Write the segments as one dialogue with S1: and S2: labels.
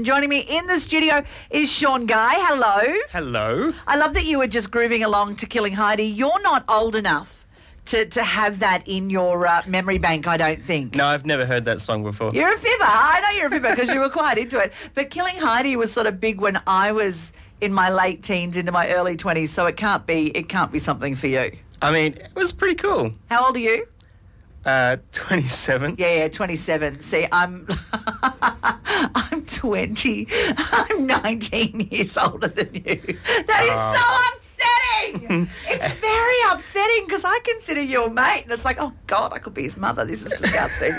S1: Joining me in the studio is Sean Guy. Hello.
S2: Hello.
S1: I love that you were just grooving along to Killing Heidi. You're not old enough to, to have that in your uh, memory bank, I don't think.
S2: No, I've never heard that song before.
S1: You're a fibber. I know you're a fibber because you were quite into it. But Killing Heidi was sort of big when I was in my late teens into my early 20s, so it can't be it can't be something for you.
S2: I mean, it was pretty cool.
S1: How old are you?
S2: Uh, 27.
S1: Yeah, yeah, 27. See, I'm I'm 20. I'm 19 years older than you. That is so upsetting. it's very upsetting because I consider you a mate, and it's like, oh God, I could be his mother. This is disgusting.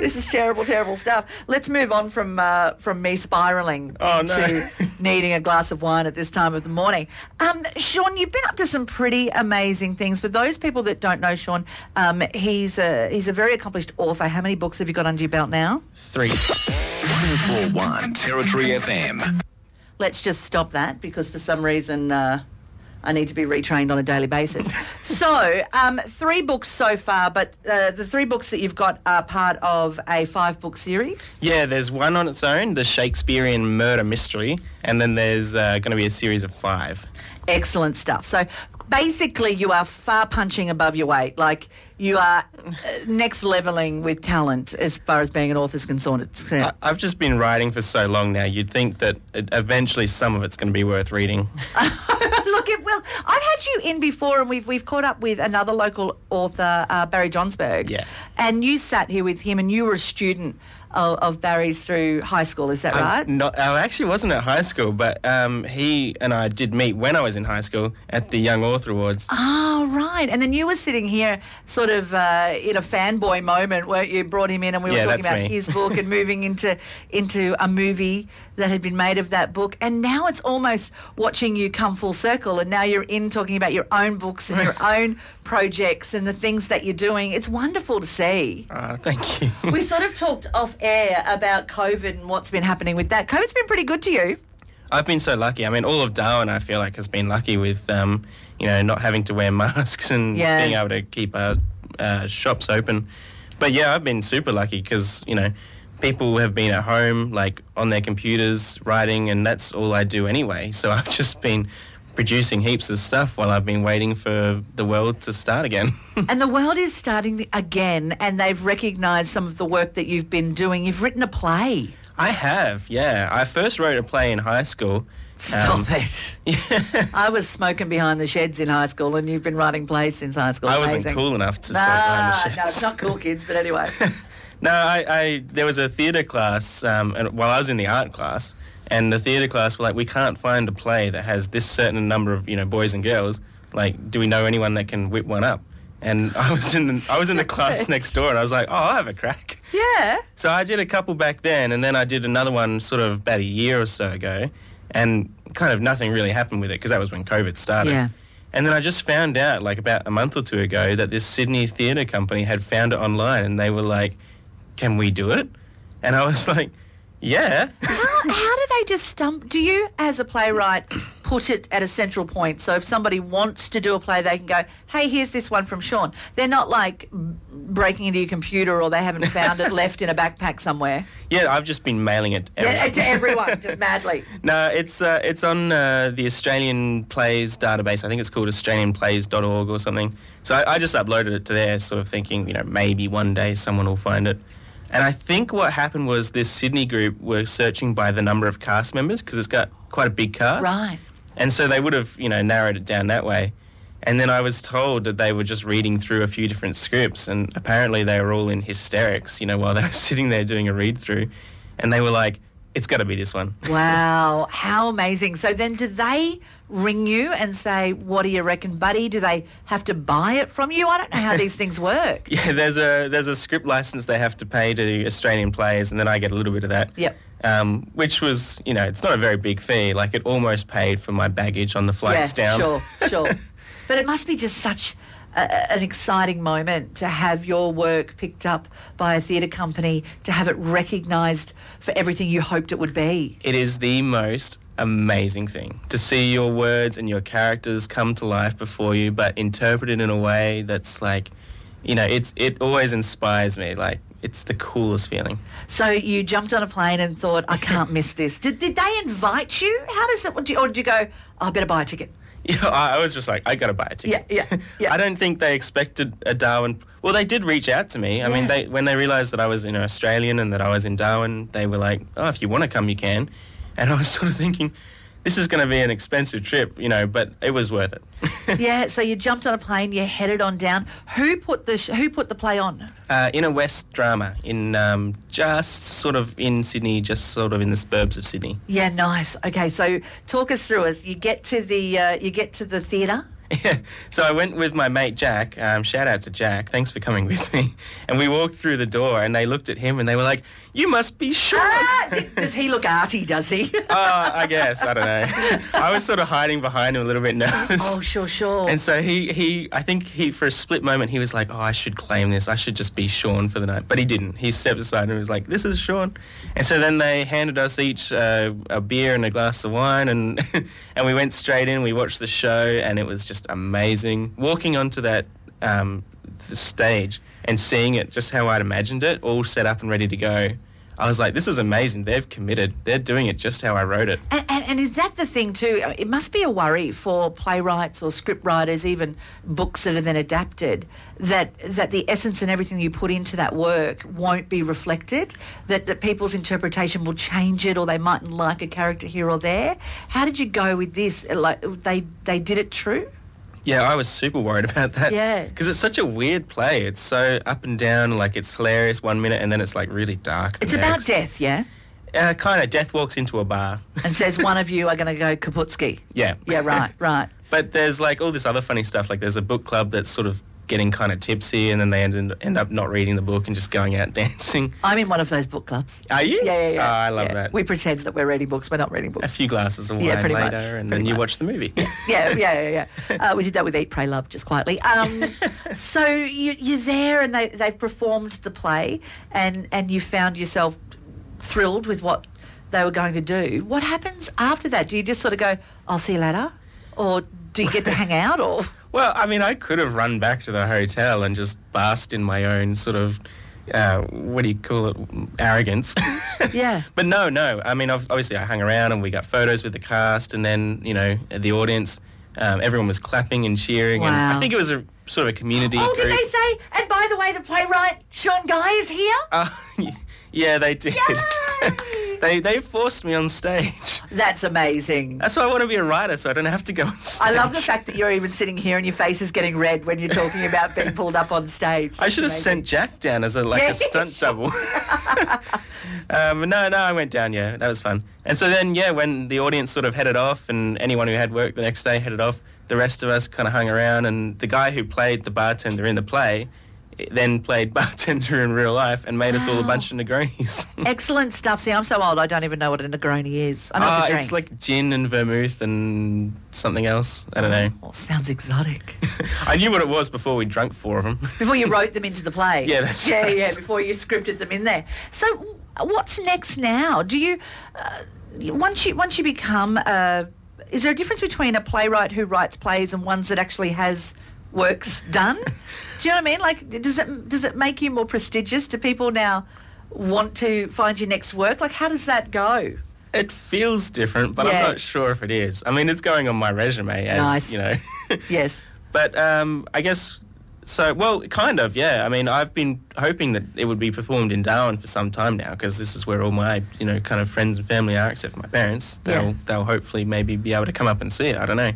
S1: this is terrible, terrible stuff. Let's move on from uh, from me spiraling
S2: Oh, no.
S1: into needing a glass of wine at this time of the morning. Um, Sean, you've been up to some pretty amazing things. For those people that don't know Sean, um, he's a he's a very accomplished author. How many books have you got under your belt now?
S2: Three.
S3: 1 Territory FM.
S1: let's just stop that because for some reason uh, I need to be retrained on a daily basis. so, um, three books so far, but uh, the three books that you've got are part of a five book series.
S2: Yeah, there's one on its own, the Shakespearean murder mystery, and then there's uh, going to be a series of five.
S1: Excellent stuff. So, basically, you are far punching above your weight. Like, you are uh, next leveling with talent as far as being an author is concerned. It's,
S2: I- I've just been writing for so long now, you'd think that it, eventually some of it's going to be worth reading.
S1: Look, it will. I've had you in before, and we've we've caught up with another local author, uh, Barry Johnsberg.
S2: Yeah.
S1: And you sat here with him, and you were a student of, of Barry's through high school. Is that right?
S2: I'm not, I actually wasn't at high school, but um, he and I did meet when I was in high school at the Young Author Awards.
S1: Oh, right. And then you were sitting here, sort of uh, in a fanboy moment, weren't you? Brought him in, and we
S2: Yeah,
S1: were talking
S2: that's
S1: about
S2: me.
S1: his book and moving into into a movie that had been made of that book. And now it's almost watching you come full circle. And now you're in talking about your own books and your own projects and the things that you're doing. It's wonderful to see.
S2: Ah, thank you.
S1: We sort of talked off air about COVID and what's been happening with that. COVID's been pretty good to you.
S2: I've been so lucky. I mean, all of Darwin, I feel like, has been lucky with, um, you know, not having to wear masks and
S1: Yeah.
S2: being able to keep our uh, shops open. But yeah, I've been super lucky because, you know, people have been at home, like on their computers, writing, and that's all I do anyway. So I've just been producing heaps of stuff while I've been waiting for the world to start again.
S1: And the world is starting again, and they've recognised some of the work that you've been doing. You've written a play.
S2: I have, yeah. I first wrote a play in high school.
S1: Stop
S2: Um,
S1: it. I was smoking behind the sheds in high school, and you've been writing plays since high school.
S2: I wasn't
S1: Amazing.
S2: cool enough to smoke behind
S1: Ah,
S2: the sheds.
S1: no, it's not cool, kids, but anyway.
S2: No, I, I there was a theatre class um, and while I was in the art class, and the theatre class were like, we can't find a play that has this certain number of you know boys and girls. Like, do we know anyone that can whip one up? And I was in the I was in the class next door, and I was like, oh, I have a crack.
S1: yeah.
S2: So I did a couple back then, and then I did another one sort of about a year or so ago, and kind of nothing really happened with it because that was when COVID started.
S1: Yeah.
S2: And then I just found out, like about a month or two ago, that this Sydney theatre company had found it online, and they were like, "Can we do it?" And I was like, "Yeah."
S1: How, how do they just stump? Do you, as a playwright, put it at a central point? So if somebody wants to do a play, they can go, hey, here's this one from Sean. They're not like b- breaking into your computer or they haven't found it left in a backpack somewhere.
S2: Yeah, I've just been mailing it to
S1: Yeah,
S2: everyone.
S1: to everyone, just madly.
S2: No, it's uh, it's on uh, the Australian Plays database. I think it's called AustralianPlays.org or something. So I, I just uploaded it to there, sort of thinking, you know, maybe one day someone will find it. And I think what happened was this Sydney group were searching by the number of cast members because it's got quite a big cast.
S1: Right.
S2: And so they would have, you know, narrowed it down that way. And then I was told that they were just reading through a few different scripts, and apparently they were all in hysterics, you know, while they were sitting there doing a read through. And they were like, it's got to be this one.
S1: Wow, how amazing. So then do they ring you and say, what do you reckon, buddy? Do they have to buy it from you? I don't know how these things work.
S2: Yeah, there's a there's a script license they have to pay to the Australian players, and then I get a little bit of that.
S1: Yep.
S2: Um, which was, you know, it's not a very big fee. Like it almost paid for my baggage on the flights
S1: yeah,
S2: down.
S1: Sure, sure. but it must be just such a, a- an exciting moment to have your work picked up by a theatre company, to have it recognised for everything you hoped it would be.
S2: It is the most amazing thing to see your words and your characters come to life before you, but interpreted in a way that's like, you know, it's it always inspires me. Like it's the coolest feeling.
S1: So you jumped on a plane and thought, I can't miss this. Did, did they invite you? How does it, or do you, or did you go, "Oh, I better buy a ticket?
S2: Yeah, I I was just like, I gotta buy a ticket.
S1: Yeah, yeah, yeah.
S2: I don't think they expected a Darwin. Well, they did reach out to me. I mean,
S1: Yeah.
S2: they when they realised that I was you know Australian and that I was in Darwin, they were like, "Oh, if you want to come, you can." And I was sort of thinking, this is going to be an expensive trip, you know, but it was worth it.
S1: yeah, so you jumped on a plane, you headed on down. Who put the, sh- who put the play on?
S2: uh, in a West drama in um, just sort of in Sydney, just sort of in the suburbs of Sydney.
S1: Yeah, nice. Okay, so talk us through us. You get to the, uh, you get to the theatre.
S2: so I went with my mate Jack. Um, shout out to Jack. Thanks for coming with me. And we walked through the door, and they looked at him, and they were like, "You must be Sean."
S1: Ah, d- does he look arty, does he?
S2: uh, I guess I don't know. I was sort of hiding behind him, a little bit nervous.
S1: oh, sure, sure.
S2: And so he, he, I think he, for a split moment, he was like, "Oh, I should claim this. I should just be Sean for the night." But he didn't. He stepped aside and was like, "This is Sean." And so then they handed us each uh, a beer and a glass of wine, and and we went straight in. We watched the show, and it was just amazing. Walking onto that um, th- stage and seeing it just how I'd imagined it, all set up and ready to go. I was like, "This is amazing. They've committed. They're doing it just how I wrote it."
S1: And, and, and is that the thing too? It must be a worry for playwrights or script writers, even books that are then adapted, that that the essence and everything you put into that work won't be reflected. That that people's interpretation will change it, or they mightn't like a character here or there. How did you go with this? Like they they did it true.
S2: Yeah, I was super worried about that.
S1: Yeah.
S2: Because it's such a weird play. It's so up and down, like it's hilarious one minute and then it's like really dark. The
S1: It's about
S2: next.
S1: death, yeah,
S2: Uh, kind of. Death walks into a bar.
S1: and says one of you are going to go kaputski.
S2: yeah.
S1: Yeah, right, right.
S2: but there's like all this other funny stuff. Like there's a book club that's sort of getting kind of tipsy and then they end, end up not reading the book and just going out dancing.
S1: I'm in one of those book clubs.
S2: Are you?
S1: Yeah, yeah, yeah.
S2: Oh, I love
S1: Yeah.
S2: that.
S1: We pretend that we're reading books. We're not reading books.
S2: a few glasses of wine
S1: Yeah, pretty
S2: later
S1: much, pretty
S2: and then you
S1: much.
S2: watch the movie.
S1: yeah, yeah, yeah, yeah. Uh, we did that with Eat, Pray, Love, just quietly. Um, so you, you're there, and they they've performed the play, and and you found yourself thrilled with what they were going to do. What happens after that? Do you just sort of go, "I'll see you later," or do you get to hang out? Or
S2: Well, I mean, I could have run back to the hotel and just basked in my own sort of, uh, what do you call it, arrogance.
S1: Yeah.
S2: But no, no. I mean, ob- obviously, I hung around and we got photos with the cast, and then you know the audience. Um, everyone was clapping and cheering, and
S1: Wow.
S2: I think it was a sort of a community.
S1: oh, did
S2: group.
S1: they say? And by the way, the playwright Sean Guy is here.
S2: Uh, yeah, they did.
S1: Yay!
S2: they they forced me on stage.
S1: That's amazing.
S2: That's why I want to be a writer, so I don't have to go on stage.
S1: I love the fact that you're even sitting here and your face is getting red when you're talking about being pulled up on stage.
S2: I should have
S1: Amazing.
S2: sent Jack down as a like
S1: Yeah,
S2: a stunt
S1: sure.
S2: double. um, no, no, I went down. Yeah, that was fun. And so then, yeah, when the audience sort of headed off, and anyone who had work the next day headed off, the rest of us kind of hung around. And the guy who played the bartender in the play eh, then played bartender in real life and made us all a bunch of Negronis.
S1: Excellent stuff. See, I'm so old, I don't even know what a Negroni is. I know
S2: Ah,
S1: it's a drink.
S2: it's like gin and vermouth and something else. I don't know.
S1: Oh, sounds exotic.
S2: I knew what it was before we drank four of them.
S1: Before you wrote them into the play.
S2: Yeah, that's
S1: yeah,
S2: right.
S1: yeah. Before you scripted them in there. So, w- what's next now? Do you uh, you- once you once you become a is there a difference between a playwright who writes plays and ones that actually has works done? Do you know what I mean? Like, does it does it make you more prestigious? Do people now want to find your next work? Like, how does that go?
S2: It feels different, but
S1: Yeah.
S2: I'm not sure if it is. I mean, it's going on my resume as
S1: Nice.
S2: you know.
S1: Yes.
S2: but um, I guess so. Well, kind of, yeah. I mean, I've been hoping that it would be performed in Darwin for some time now because this is where all my you know kind of friends and family are, except for my parents. They'll
S1: Yeah.
S2: they'll hopefully maybe be able to come up and see it. I don't know.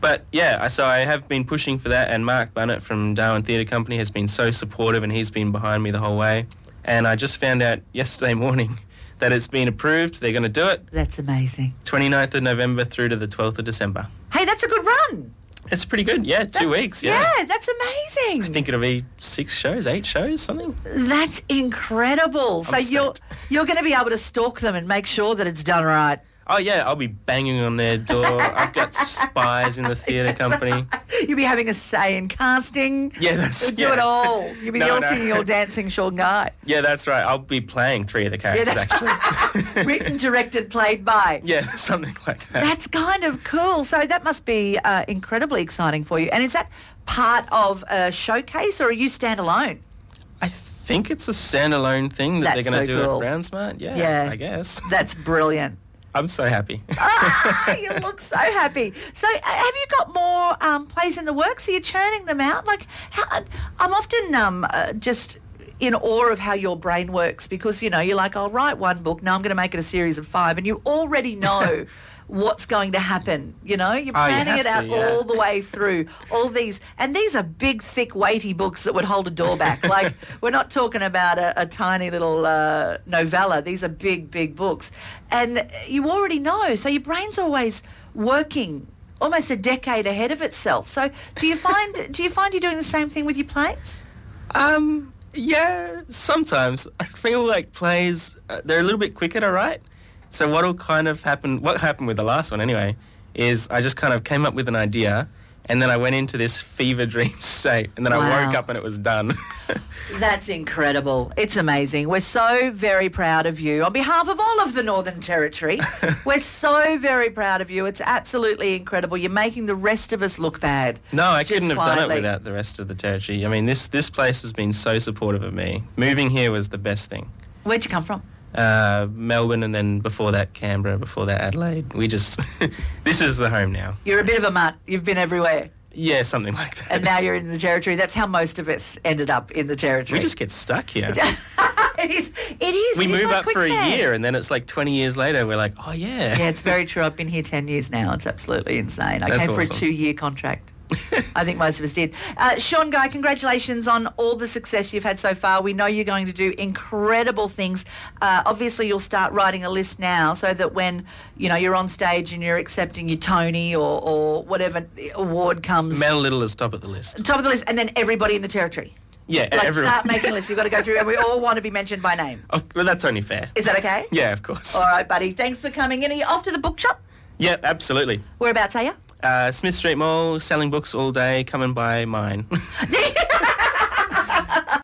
S2: But yeah, I- so I have been pushing for that, and Mark Bunnett from Darwin Theatre Company has been so supportive, and he's been behind me the whole way. And I just found out yesterday morning that it's been approved. They're going to do it.
S1: That's amazing.
S2: 29th of November through to the 12th of December.
S1: Hey, that's a good run.
S2: It's pretty good. Yeah, two
S1: That's-
S2: weeks. Yeah.
S1: Yeah, that's amazing.
S2: I think it'll be six shows, eight shows, something.
S1: That's incredible. so you're
S2: stoked.
S1: you're going to be able to stalk them and make sure that it's done right.
S2: Oh, yeah, I'll be banging on their door. I've got spies in the theatre company.
S1: You'll be having a say in casting.
S2: Yeah, that's
S1: You'll do
S2: yeah.
S1: it all. You'll be
S2: No,
S1: all
S2: no.
S1: singing, all dancing, Sean Guy.
S2: Yeah, that's right. I'll be playing three of the characters,
S1: that's-
S2: actually.
S1: Written, directed, played by.
S2: yeah, something like that.
S1: That's kind of cool. So that must be uh, incredibly exciting for you. And is that part of a showcase or are you standalone?
S2: I think it's a standalone thing
S1: That's
S2: that they're going to
S1: so
S2: do
S1: cool.
S2: at Brown Smart. Yeah,
S1: Yeah.
S2: I guess.
S1: That's brilliant.
S2: I'm so happy.
S1: ah, you look so happy. So, uh, have you got more um, plays in the works? Are you churning them out? Like, how, I'm often um, uh, just in awe of how your brain works because you know you're like, I'll write one book. Now I'm going to make it a series of five, and you already know. What's going to happen? You know, you're
S2: Oh, you
S1: planning
S2: have
S1: it out
S2: to, yeah.
S1: all the way through. All these, and these are big, thick, weighty books that would hold a door back. Like we're not talking about a, a tiny little uh, novella. These are big, big books, and you already know. So your brain's always working almost a decade ahead of itself. So do you find do you find you're doing the same thing with your plays?
S2: Um, yeah, sometimes I feel like plays uh, they're a little bit quicker to write. So what'll kind of happen? What happened with the last one anyway? Is I just kind of came up with an idea, and then I went into this fever dream state, and then I
S1: Wow.
S2: woke up and it was done.
S1: That's incredible. It's amazing. We're so very proud of you. On behalf of all of the Northern Territory, we're so very proud of you. It's absolutely incredible. You're making the rest of us look bad.
S2: no, I
S1: Just
S2: couldn't have done it
S1: quietly.
S2: without the rest of the territory. I mean, this this place has been so supportive of me. Moving here was the best thing.
S1: Where'd you come from?
S2: Uh, Melbourne, and then before that, Canberra. Before that, Adelaide. We just this is the home now.
S1: You're a bit of a mutt. You've been everywhere.
S2: Yeah, something like that.
S1: And now you're in the Territory. That's how most of us ended up in the Territory.
S2: we just get stuck here.
S1: it is. It is.
S2: we
S1: it is
S2: move
S1: like
S2: up for a
S1: quicksand.
S2: year and then it's like 20 years later we're like oh yeah
S1: Yeah, it's very true. I've been here 10 years now. It's absolutely insane. I
S2: That's
S1: came for a
S2: awesome.
S1: two year contract. I think most of us did. Uh, Sean Guy, congratulations on all the success you've had so far. We know you're going to do incredible things. Uh, obviously, you'll start writing a list now so that when you know you're on stage and you're accepting your Tony or, or whatever award comes,
S2: metal little is top of the list
S1: top of the list, and then everybody in the territory.
S2: yeah
S1: Like,
S2: everyone
S1: start making lists. You've got to go through, and we all want to be mentioned by name.
S2: Of- well, that's only fair
S1: Is that okay?
S2: yeah of course
S1: All right, buddy. Thanks for coming in. Are you off to the bookshop?
S2: yeah absolutely
S1: Whereabouts are you?
S2: uh, Smith Street Mall selling books all day come and buy mine
S1: There you